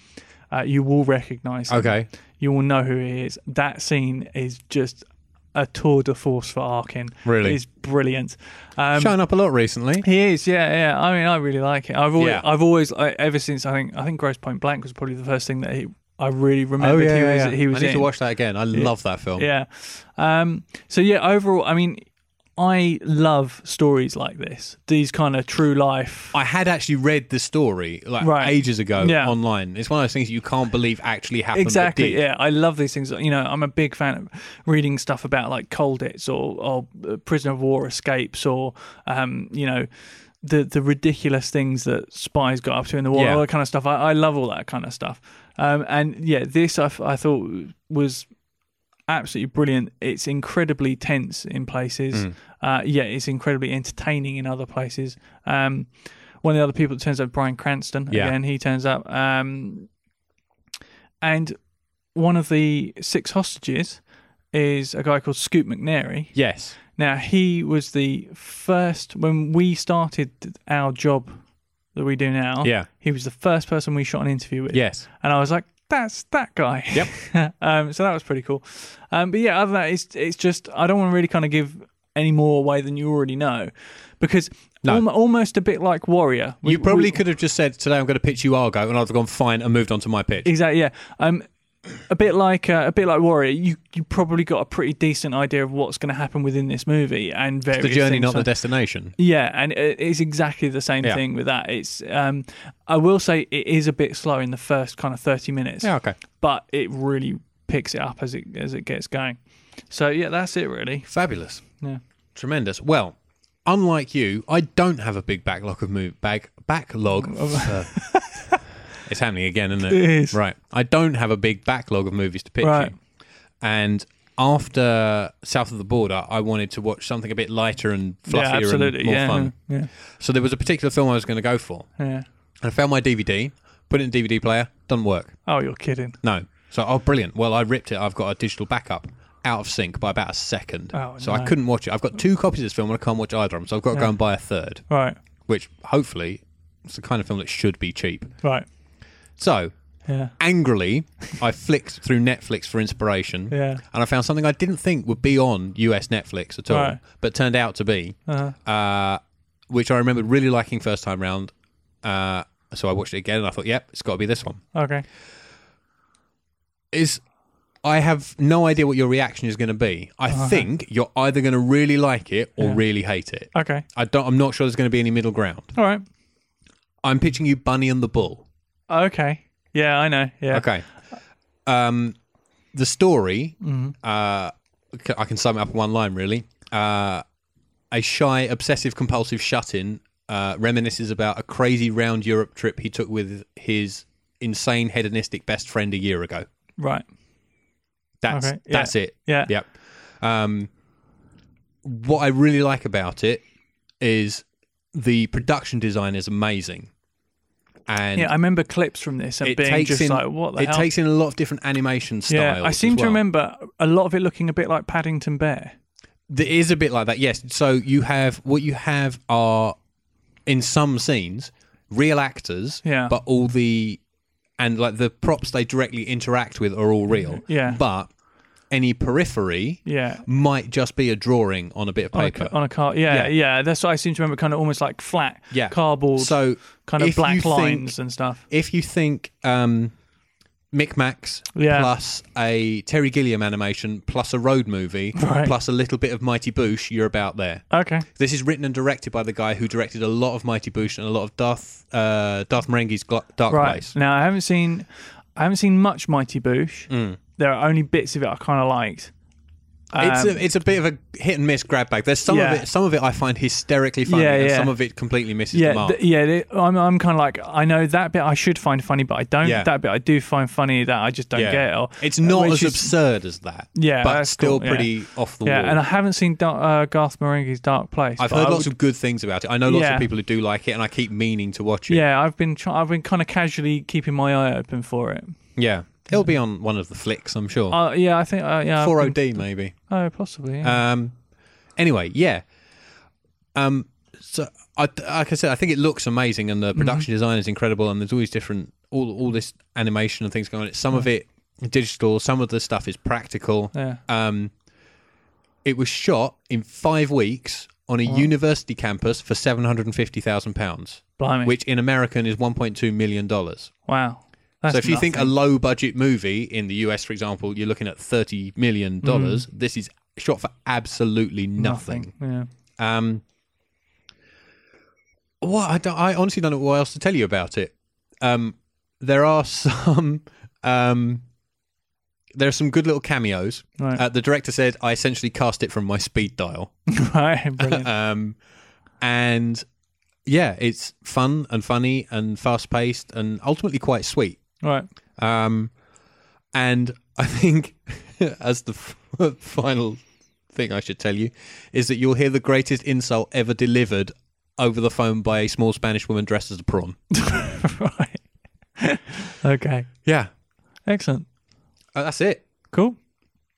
Uh, you will recognize. him. Okay. You will know who he is. That scene is just a tour de force for Arkin. Really? it's brilliant. Um, Shown up a lot recently. he is, yeah, yeah. I mean, I really like it. I've always, Yeah. I've always, I, ever since I think, I think Gross Point Blank was probably the first thing that he, I really Oh, remembered he was, he was I need in. to watch that again. I love that film. Yeah. Um. So yeah, overall, I mean, I love stories like this. These kind of true life. I had actually read the story like Right. ages ago Yeah. online. It's one of those things you can't believe actually happened. but Exactly. did. Yeah, I love these things. You know, I'm a big fan of reading stuff about like Colditz or, or uh, prisoner of war escapes or, um, you know, the the ridiculous things that spies got up to in the war, Yeah. all that kind of stuff. I, I love all that kind of stuff. Um, and yeah, this I, f- I thought was absolutely brilliant. It's incredibly tense in places. Hmm. Uh, yeah, it's incredibly entertaining in other places. Um, one of the other people that turns up, Brian Cranston. Yeah. Again, he turns up. Um, and one of the six hostages is a guy called Scoot McNairy. Yes. Now, he was the first, when we started our job that we do now, Yeah. he was the first person we shot an interview with Yes. and I was like, "That's that guy." Yep. um, so that was pretty cool. Um, but yeah, other than that, it's it's just I don't want to really kind of give any more away than you already know, because alm- almost a bit like Warrior. We- You probably we- could have just said, "Today I'm going to pitch you Argo," and I'd have gone fine and moved on to my pitch. exactly yeah. Um, a bit like uh, a bit like Warrior. You you probably got a pretty decent idea of what's going to happen within this movie and various the journey, things not the like- destination. Yeah, and it- it's exactly the same Yeah. thing with that. It's um, I will say it is a bit slow in the first kind of thirty minutes. Yeah. Okay. but it really picks it up as it as it gets going. So yeah, that's it really. Fabulous. Yeah. Tremendous. Well, unlike you, I don't have a big backlog of move bag backlog. uh, it's happening again, isn't it? It is. Right. I don't have a big backlog of movies to pitch Right. you. And after South of the Border, I wanted to watch something a bit lighter and fluffier yeah, absolutely. and more yeah, fun. yeah, So there was a particular film I was going to go for. yeah. I found my DVD, put it in DVD player, doesn't work. Oh, you're kidding. No. So, oh, brilliant. Well, I ripped it. I've got a digital backup out of sync by about a second. Oh, so no. I couldn't watch it. I've got two copies of this film and I can't watch either of them. So I've got to go and buy a third, Right, which hopefully it's the kind of film that should be cheap. right. So, Yeah, angrily, I flicked through Netflix for inspiration. yeah. And I found something I didn't think would be on US Netflix at all, Right. but turned out to be, Uh, uh, which I remembered really liking first time round. Uh, so I watched it again and I thought, yep, it's got to be this one okay. is I have no idea what your reaction is going to be. I think you're either going to really like it or Uh-huh. Yeah. really hate it. Okay. I don't. I'm not sure there's going to be any middle ground. All right. I'm pitching you Bunny and the Bull. Okay. Yeah, I know. Yeah. Okay. Um, the story. Mm-hmm. Uh, c- I can sum it up in one line really. Uh, a shy, obsessive, compulsive shut-in uh, reminisces about a crazy round Europe trip he took with his insane hedonistic best friend a year ago. Right. That's Okay, yeah. that's it. Yeah. Yep. Um, what I really like about it is the production design is amazing, and Yeah, I remember clips from this and it being takes just in like, what the it hell? takes in a lot of different animation styles. yeah, I seem as to well. remember a lot of it looking a bit like Paddington Bear. there is a bit like that. Yes. So you have what you have are in some scenes real actors, Yeah. but all the and like the props they directly interact with are all real, Yeah. But any periphery, Yeah. Oh, might just be a drawing on a bit of On a, paper. ca- on a car, yeah, yeah, Yeah. That's what I seem to remember, kind of almost like flat, Yeah. cardboard, so kind of if you black think- lines and stuff. if you think um, Micmacs Yeah. plus a Terry Gilliam animation plus a road movie Right. plus a little bit of Mighty Boosh, you're about there. Okay, This is written and directed by the guy who directed a lot of Mighty Boosh and a lot of Darth uh, Darth Marenghi's Gla- Dark right Place. now i haven't Mm. seen i haven't seen much mighty boosh there are only bits of it i kind of liked It's Um, a, it's a bit of a hit and miss grab bag. There's some Yeah. of it. Some of it I find hysterically funny, Yeah, and yeah. some of it completely misses the yeah, mark. th- yeah. th- I'm, I'm kind of like I know that bit I should find funny, but I don't. Yeah. That bit I do find funny that I just don't Yeah. get. Or it's not which as is- absurd as that. Yeah, but that's still cool, yeah. pretty off the yeah, wall. and I haven't seen Dar- uh, Garth Marenghi's Dark Place. I've but heard I lots would- of good things about it. I know lots Yeah. of people who do like it, and I keep meaning to watch it. Yeah, I've been try- I've been kind of casually keeping my eye open for it. Yeah. It'll be on one of the flicks, I'm sure. Uh, yeah, I think uh, yeah. I've Four been- OD maybe. Oh, possibly. Yeah. Um. Anyway, yeah. Um. So, I, like I said, I think it looks amazing, and the Mm-hmm. production design is incredible, and there's always different all all this animation and things going on. Some of it digital, some of the stuff is practical. yeah. Um. It was shot in five weeks on a university campus for seven hundred and fifty thousand pounds, Blimey. which in American is one point two million dollars. wow. That's So if you think a nothing. low budget movie in the US, for example, you're looking at thirty Mm. million dollars, this is shot for absolutely nothing. Yeah. Um, what I, don't- I honestly don't know what else to tell you about it. Um, there are some. Um, there are some good little cameos. Right. Uh, the director said I essentially cast it from my speed dial, right. Brilliant. um, and yeah, it's fun and funny and fast paced and ultimately quite sweet. right. Um, and I think, as the f- final thing I should tell you, is that you'll hear the greatest insult ever delivered over the phone by a small Spanish woman dressed as a prawn. right. okay. Yeah, Excellent. Uh, that's it. Cool.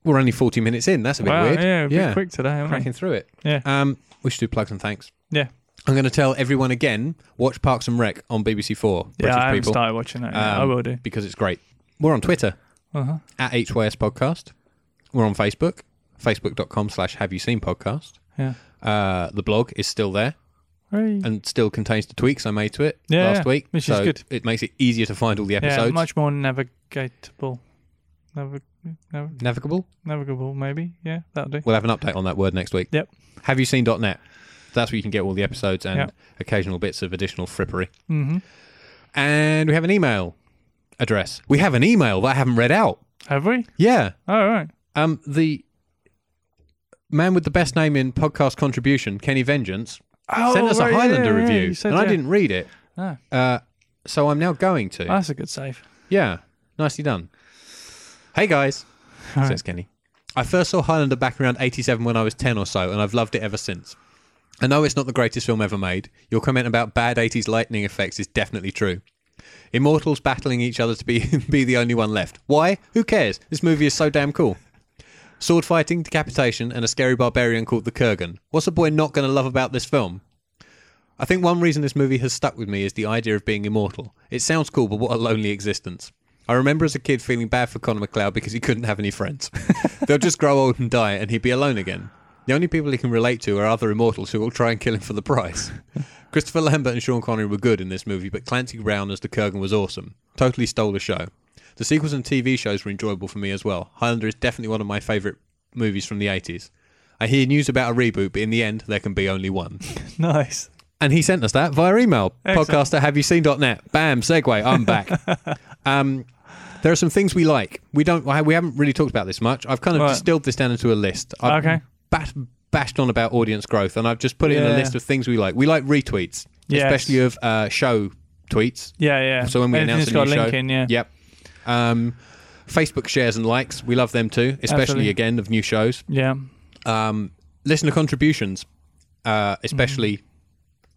We're only 40 minutes in. That's a bit Wow. weird. Yeah. we've been quick today. haven't we? cracking through it. Yeah. Um, we should do plugs and thanks. Yeah. I'm going to tell everyone again watch Parks and Rec on BBC Four, British yeah. I haven't people, started watching that. Yet. I Um, will do. because it's great. We're on Twitter. Uh huh. at HYS Podcast. We're on Facebook, facebook.com slash have you seen podcast. Yeah. Uh, the blog is still there Hooray. and still contains the tweaks I made to it Yeah, last yeah, week. which is so good. It makes it easier to find all the Yeah. episodes. Much more navigatable. Navig- nav- Navigable. navigable, maybe. Yeah. That'll do. We'll have an update on that word next week. Yep. Have you seen .net? That's where you can get all the episodes and Yeah. occasional bits of additional frippery. Mm-hmm. And we have an email address. We have an email that I haven't read out. Have we? Yeah. All right. Um, the man with the best name in podcast contribution, Kenny Vengeance, Oh, sent us right, a yeah, Highlander yeah, Ah. review, you said and I that. didn't read it. No. Uh, so I'm now going to. That's a good save. yeah, nicely done. Hey guys, All says Kenny. I first saw Highlander back around 87 when I was 10 or so, and I've loved it ever since. I know it's not the greatest film ever made. Your comment about bad 80s lightning effects is definitely true. Immortals battling each other to be, be the only one left. Why? Who cares? This movie is so damn cool. Sword fighting, decapitation, and a scary barbarian called the Kurgan. What's a boy not going to love about this film? I think one reason this movie has stuck with me is the idea of being immortal. It sounds cool, but what a lonely existence. I remember as a kid feeling bad for Connor McLeod because he couldn't have any friends. They'll just grow old and die, and he'd be alone again. The only people he can relate to are other immortals who will try and kill him for the price. Christopher Lambert and Sean Connery were good in this movie, but Clancy Brown as the Kurgan was awesome. Totally stole the show. The sequels and TV shows were enjoyable for me as well. Highlander is definitely one of my favourite movies from the 80s. I hear news about a reboot, but in the end, there can be only one. Nice. And he sent us that via email. Excellent. Podcast at haveyouseen.net. Bam, segue, I'm back. um, there are some things we like. We don't. We haven't really talked about this much. I've kind of Right. distilled this down into a list. I've Okay. Bat- bashed on about audience growth, and I've just put it in a Yeah. list of things we like. We like retweets, Yes. especially of uh, show tweets. Yeah, yeah. So when we Anything announce that's a new got a link show, in, yeah. Yep. Um, Facebook shares and likes. We love them too, especially Absolutely. again of new shows Yeah. um, listener contributions, uh, Mm-hmm. especially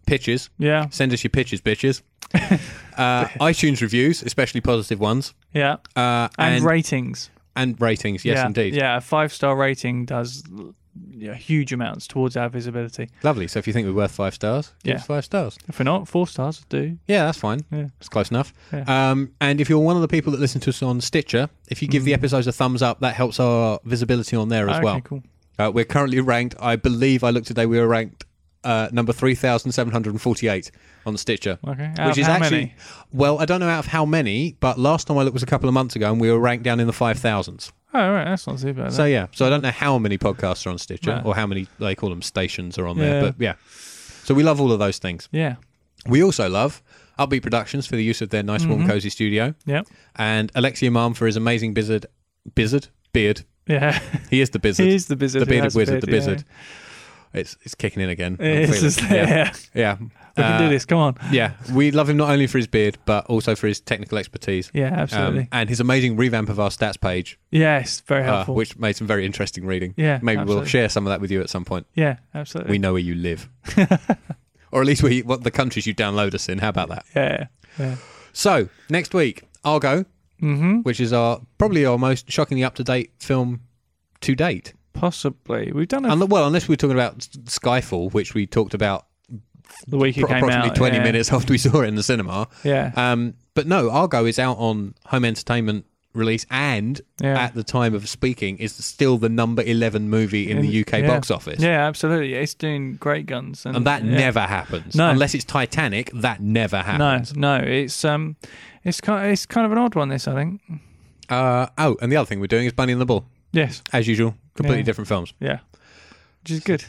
pitches. Yeah. Send us your pitches, bitches. Uh, iTunes reviews, especially positive ones, Yeah. uh, And, and and, ratings. ratings. Yes, yeah. indeed, Yeah, a five star rating does yeah, huge amounts towards our visibility. lovely. So if you think we're worth five stars, give Yeah. us five stars. If we're not, four stars would do. Yeah, that's fine. Yeah. It's close enough. Um, and if you're one of the people that listen to us on Stitcher, if you give the episodes a thumbs up, that helps our visibility on there as Mm. okay, well. cool. Uh, we're currently ranked. I believe I looked today. We were ranked uh, number three thousand seven hundred and forty-eight on Stitcher, Okay. Out which of is how actually many? well, I don't know out of how many, but last time I looked was a couple of months ago, and we were ranked down in the five thousands. Oh, all right. That's not too bad. So then. yeah, so I don't know how many podcasts are on Stitcher No. or how many they call them stations are on Yeah. there, but yeah. So we love all of those things. yeah. We also love Upbeat Productions for the use of their nice, warm, cozy studio, Mm-hmm. Yeah. and Alexi Imam for his amazing Bizzard, Bizzard beard. Yeah, He is the he Bizzard. is the Bizzard. The who bearded has a wizard, beard, the yeah. Bizzard. It's it's kicking in again. I'm It's feeling just, it. yeah. Yeah. we can Uh, do this. Come on. Yeah. We love him not only for his beard, but also for his technical expertise. Um, Yeah, absolutely. and his amazing revamp of our stats page, yes, very uh, helpful. which made some very interesting reading. yeah, Maybe we'll absolutely. share some of that with you at some point. Yeah, absolutely. We know where you live. or at least we, what the countries you download us in. How about that? yeah, yeah. So, next week, Argo, Mm-hmm. which is our probably our most shockingly up to date film to date. Possibly. We've done it Unle- well, unless we're talking about S- Skyfall, which we talked about the week it pro- came approximately out. 20 yeah. minutes after we saw it in the cinema. Yeah, Um, but no, Argo is out on home entertainment release and yeah. at the time of speaking is still the number 11 movie in, the In- UK yeah. box office. yeah, absolutely. It's doing great guns, and, And that yeah. never happens. No. Unless it's Titanic, that never No, happens. no. It's um, it's kind, it's kind of an odd one. This, I think. Uh, oh, and the other thing we're doing is Bunny and the Bull, Yes. as usual. Completely Yeah. different films. Yeah. Which is good.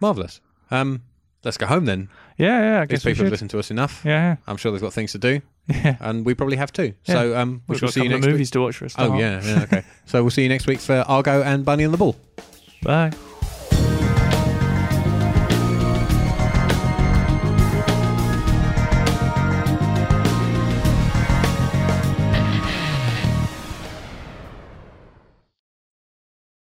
Marvellous. Um, let's go home then. Yeah, yeah. I These guess we people have should. listened to us enough. Yeah, I'm sure they've got things to do, yeah. and we probably have too. Yeah. So um, we We've shall got a see you couple of next week. movies to watch for us. Oh, yeah, yeah, okay. so we'll see you next week for Argo and Bunny and the Bull. Bye.